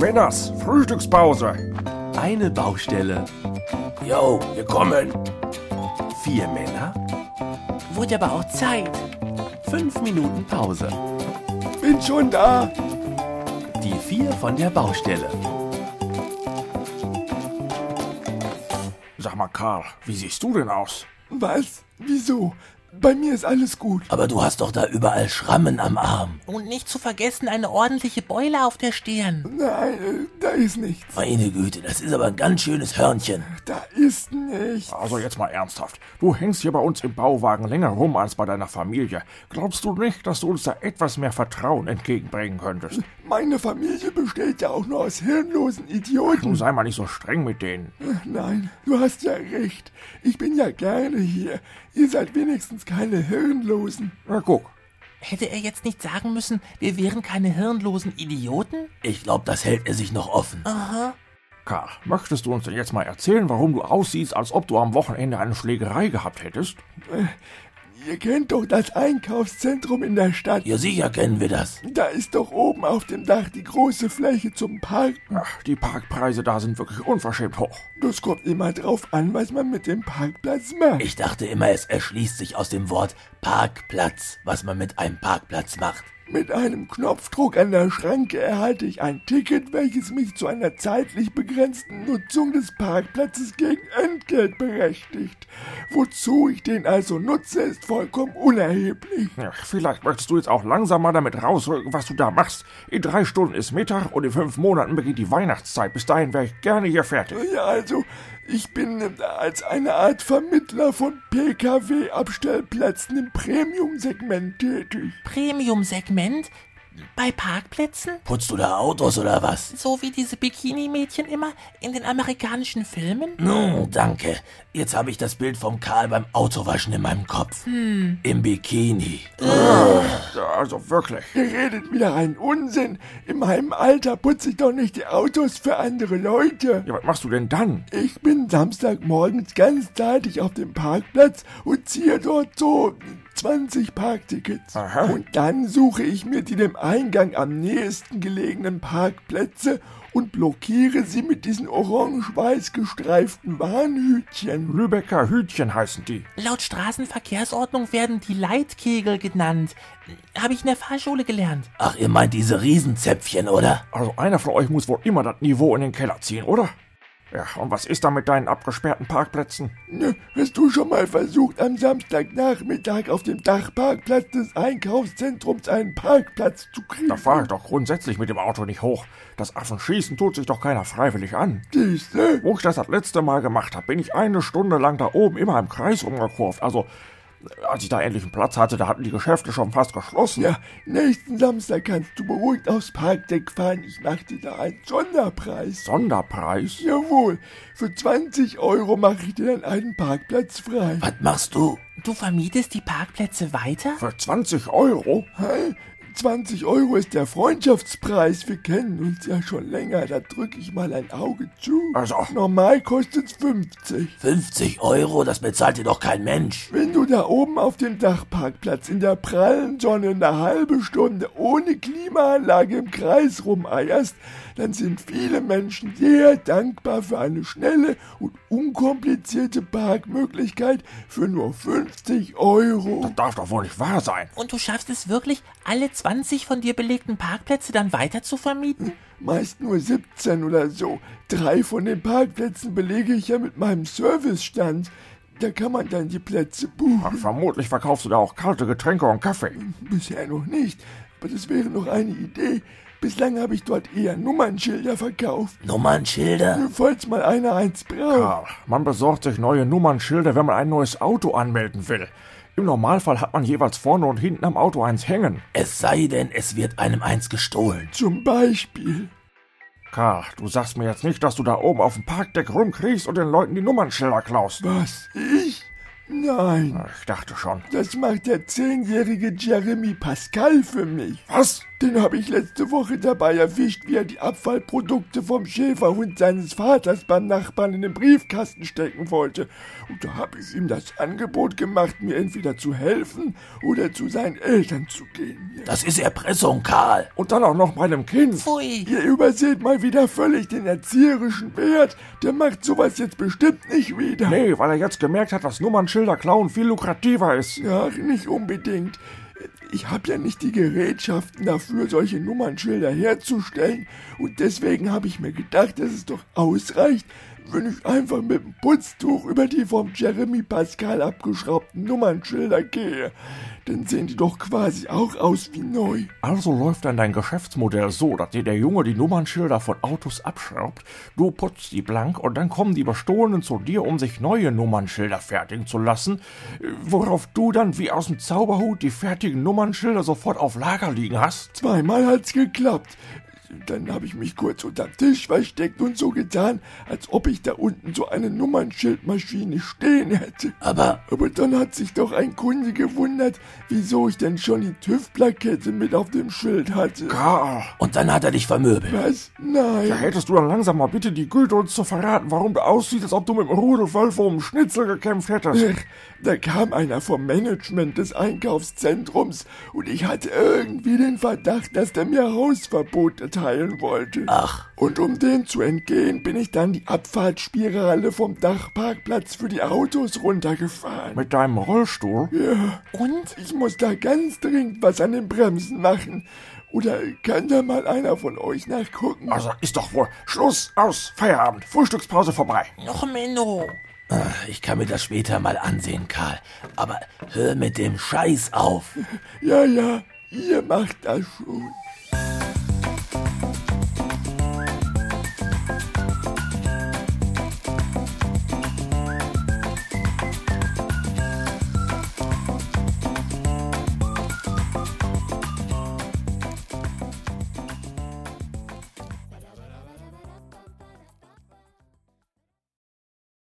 Männers, Frühstückspause. Eine Baustelle. Yo, wir kommen. Vier Männer. Wurde aber auch Zeit. Fünf Minuten Pause. Bin schon da. Die vier von der Baustelle. Sag mal, Karl, wie siehst du denn aus? Was? Wieso? Bei mir ist alles gut. Aber du hast doch da überall Schrammen am Arm. Und nicht zu vergessen eine ordentliche Beule auf der Stirn. Nein, äh, da ist nichts. Meine Güte, das ist aber ein ganz schönes Hörnchen. Da ist nichts. Also jetzt mal ernsthaft. Du hängst hier bei uns im Bauwagen länger rum als bei deiner Familie. Glaubst du nicht, dass du uns da etwas mehr Vertrauen entgegenbringen könntest? Meine Familie besteht ja auch nur aus hirnlosen Du Idioten. sei mal nicht so streng mit denen. Nein, du hast ja recht. Ich bin ja gerne hier. Ihr seid wenigstens keine Hirnlosen. Na guck, Hätte er jetzt nicht sagen müssen, wir wären keine hirnlosen Idioten? Ich glaube, das hält er sich noch offen. Karl, möchtest du uns denn jetzt mal erzählen, warum du aussiehst, als ob du am Wochenende eine Schlägerei gehabt hättest? Ihr kennt doch das Einkaufszentrum in der Stadt. Ja, sicher kennen wir das. Da ist doch oben auf dem Dach die große Fläche zum Parken. Ach, die Parkpreise da sind wirklich unverschämt hoch. Das kommt immer drauf an, was man mit dem Parkplatz macht. Ich dachte immer, es erschließt sich aus dem Wort Parkplatz, was man mit einem Parkplatz macht. Mit einem Knopfdruck an der Schranke erhalte ich ein Ticket, welches mich zu einer zeitlich begrenzten Nutzung des Parkplatzes gegen Entgelt berechtigt. Wozu ich den also nutze, ist vollkommen unerheblich. Ach, vielleicht möchtest du jetzt auch langsam mal damit rausrücken, was du da machst. In drei Stunden ist Mittag und in fünf Monaten beginnt die Weihnachtszeit. Bis dahin wäre ich gerne hier fertig. Ja, also, ich bin äh, als eine Art Vermittler von Pkw-Abstellplätzen im Premium-Segment tätig. Premium-Segment? Bei Parkplätzen? Putzt du da Autos oder was? So wie diese Bikini-Mädchen immer in den amerikanischen Filmen? Nun, Oh, danke. Jetzt habe ich das Bild vom Karl beim Autowaschen in meinem Kopf. Im Bikini. Also wirklich. Ihr redet wieder einen Unsinn. In meinem Alter putze ich doch nicht die Autos für andere Leute. Ja, was machst du denn dann? Ich bin Samstagmorgens ganz zeitig auf dem Parkplatz und ziehe dort so 20 Parktickets. Aha. Und dann suche ich mir die dem Eingang am nächsten gelegenen Parkplätze und blockiere sie mit diesen orange-weiß gestreiften Warnhütchen. Lübecker Hütchen heißen die. Laut Straßenverkehrsordnung werden die Leitkegel genannt. Habe ich in der Fahrschule gelernt. Ach, ihr meint diese Riesenzäpfchen, oder? Also einer von euch muss wohl immer das Niveau in den Keller ziehen, oder? Ja, und was ist da mit deinen abgesperrten Parkplätzen? Ne, Hast du schon mal versucht, am Samstagnachmittag auf dem Dachparkplatz des Einkaufszentrums einen Parkplatz zu kriegen? Da fahre ich doch grundsätzlich mit dem Auto nicht hoch. Das Affenschießen tut sich doch keiner freiwillig an. Siehste? Wo ich das das letzte Mal gemacht habe, bin ich eine Stunde lang da oben immer im Kreis rumgekurvt. Also, als ich da endlich einen Platz hatte, da hatten die Geschäfte schon fast geschlossen. Ja, nächsten Samstag kannst du beruhigt aufs Parkdeck fahren. Ich mache dir da einen Sonderpreis. Sonderpreis? Jawohl, für 20 Euro mache ich dir dann einen Parkplatz frei. Was machst du? Du vermietest die Parkplätze weiter? Für 20 Euro? Hä? 20 Euro ist der Freundschaftspreis. Wir kennen uns ja schon länger. Da drücke ich mal ein Auge zu. Also. Normal kostet's 50. 50 Euro, das bezahlt dir doch kein Mensch. Wenn du da oben auf dem Dachparkplatz in der prallen Sonne eine halbe Stunde ohne Klimaanlage im Kreis rumeierst, dann sind viele Menschen sehr dankbar für eine schnelle und unkomplizierte Parkmöglichkeit für nur 50 Euro. Das darf doch wohl nicht wahr sein. Und du schaffst es wirklich, alle 20 von dir belegten Parkplätze dann weiter zu vermieten? Meist nur 17 oder so. Drei von den Parkplätzen belege ich ja mit meinem Servicestand. Da kann man dann die Plätze Ach, buchen. vermutlich verkaufst du da auch kalte Getränke und Kaffee. Bisher noch nicht, aber das wäre noch eine Idee. Bislang habe ich dort eher Nummernschilder verkauft. Nummernschilder? Falls mal einer eins braucht. Karl, Ah, man besorgt sich neue Nummernschilder, wenn man ein neues Auto anmelden will. Im Normalfall hat man jeweils vorne und hinten am Auto eins hängen. Es sei denn, es wird einem eins gestohlen. Zum Beispiel. Karl, du sagst mir jetzt nicht, dass du da oben auf dem Parkdeck rumkriegst und den Leuten die Nummernschilder klaust. Was? Ich? Nein, Na, Ich dachte schon. das macht der zehnjährige Jeremy Pascal für mich. Was? Den habe ich letzte Woche dabei erwischt, wie er die Abfallprodukte vom Schäferhund seines Vaters beim Nachbarn in den Briefkasten stecken wollte. Und da habe ich ihm das Angebot gemacht, mir entweder zu helfen oder zu seinen Eltern zu gehen. Das ist Erpressung, Karl. Und dann auch noch meinem Kind. Pfui. Ihr überseht mal wieder völlig den erzieherischen Wert. Der macht sowas jetzt bestimmt nicht wieder. Nee, weil er jetzt gemerkt hat, dass Nummernschilder klauen viel lukrativer ist. Ach, nicht unbedingt. Ich habe ja nicht die Gerätschaften dafür, solche Nummernschilder herzustellen. Und deswegen habe ich mir gedacht, dass es doch ausreicht, wenn ich einfach mit dem Putztuch über die vom Jeremy Pascal abgeschraubten Nummernschilder gehe. Dann sehen die doch quasi auch aus wie neu. Also läuft dann dein Geschäftsmodell so, dass dir der Junge die Nummernschilder von Autos abschraubt, du putzt die blank und dann kommen die Bestohlenen zu dir, um sich neue Nummernschilder fertigen zu lassen, äh, worauf du dann wie aus dem Zauberhut die fertigen Nummernschilder sofort auf Lager liegen hast. Zweimal hat's geklappt. Dann habe ich mich kurz unterm Tisch versteckt und so getan, als ob ich da unten so eine Nummernschildmaschine stehen hätte. Aber Aber dann hat sich doch ein Kunde gewundert, wieso ich denn schon die TÜV-Plakette mit auf dem Schild hatte. Karl, und dann hat er dich vermöbelt. Was? da Nein. hättest du dann langsam mal bitte die Güte, uns zu verraten, warum du aussiehst, als ob du mit dem Rudel Wölfe um einen Schnitzel gekämpft hättest. Ach, Da kam einer vom Management des Einkaufszentrums und ich hatte irgendwie den Verdacht, dass der mir Hausverbot erteilen wollte. Ach. Und um dem zu entgehen, bin ich dann die Abfahrtsspirale vom Dachparkplatz für die Autos runtergefahren. Mit deinem Rollstuhl? Und? Ich muss da ganz dringend was an den Bremsen machen. Oder kann da mal einer von euch nachgucken? Also ist doch wohl Schluss, aus, Feierabend, Frühstückspause vorbei. Noch Menno. Ich kann mir das später mal ansehen, Karl. Aber hör mit dem Scheiß auf. Ja, ja, ihr macht das schon.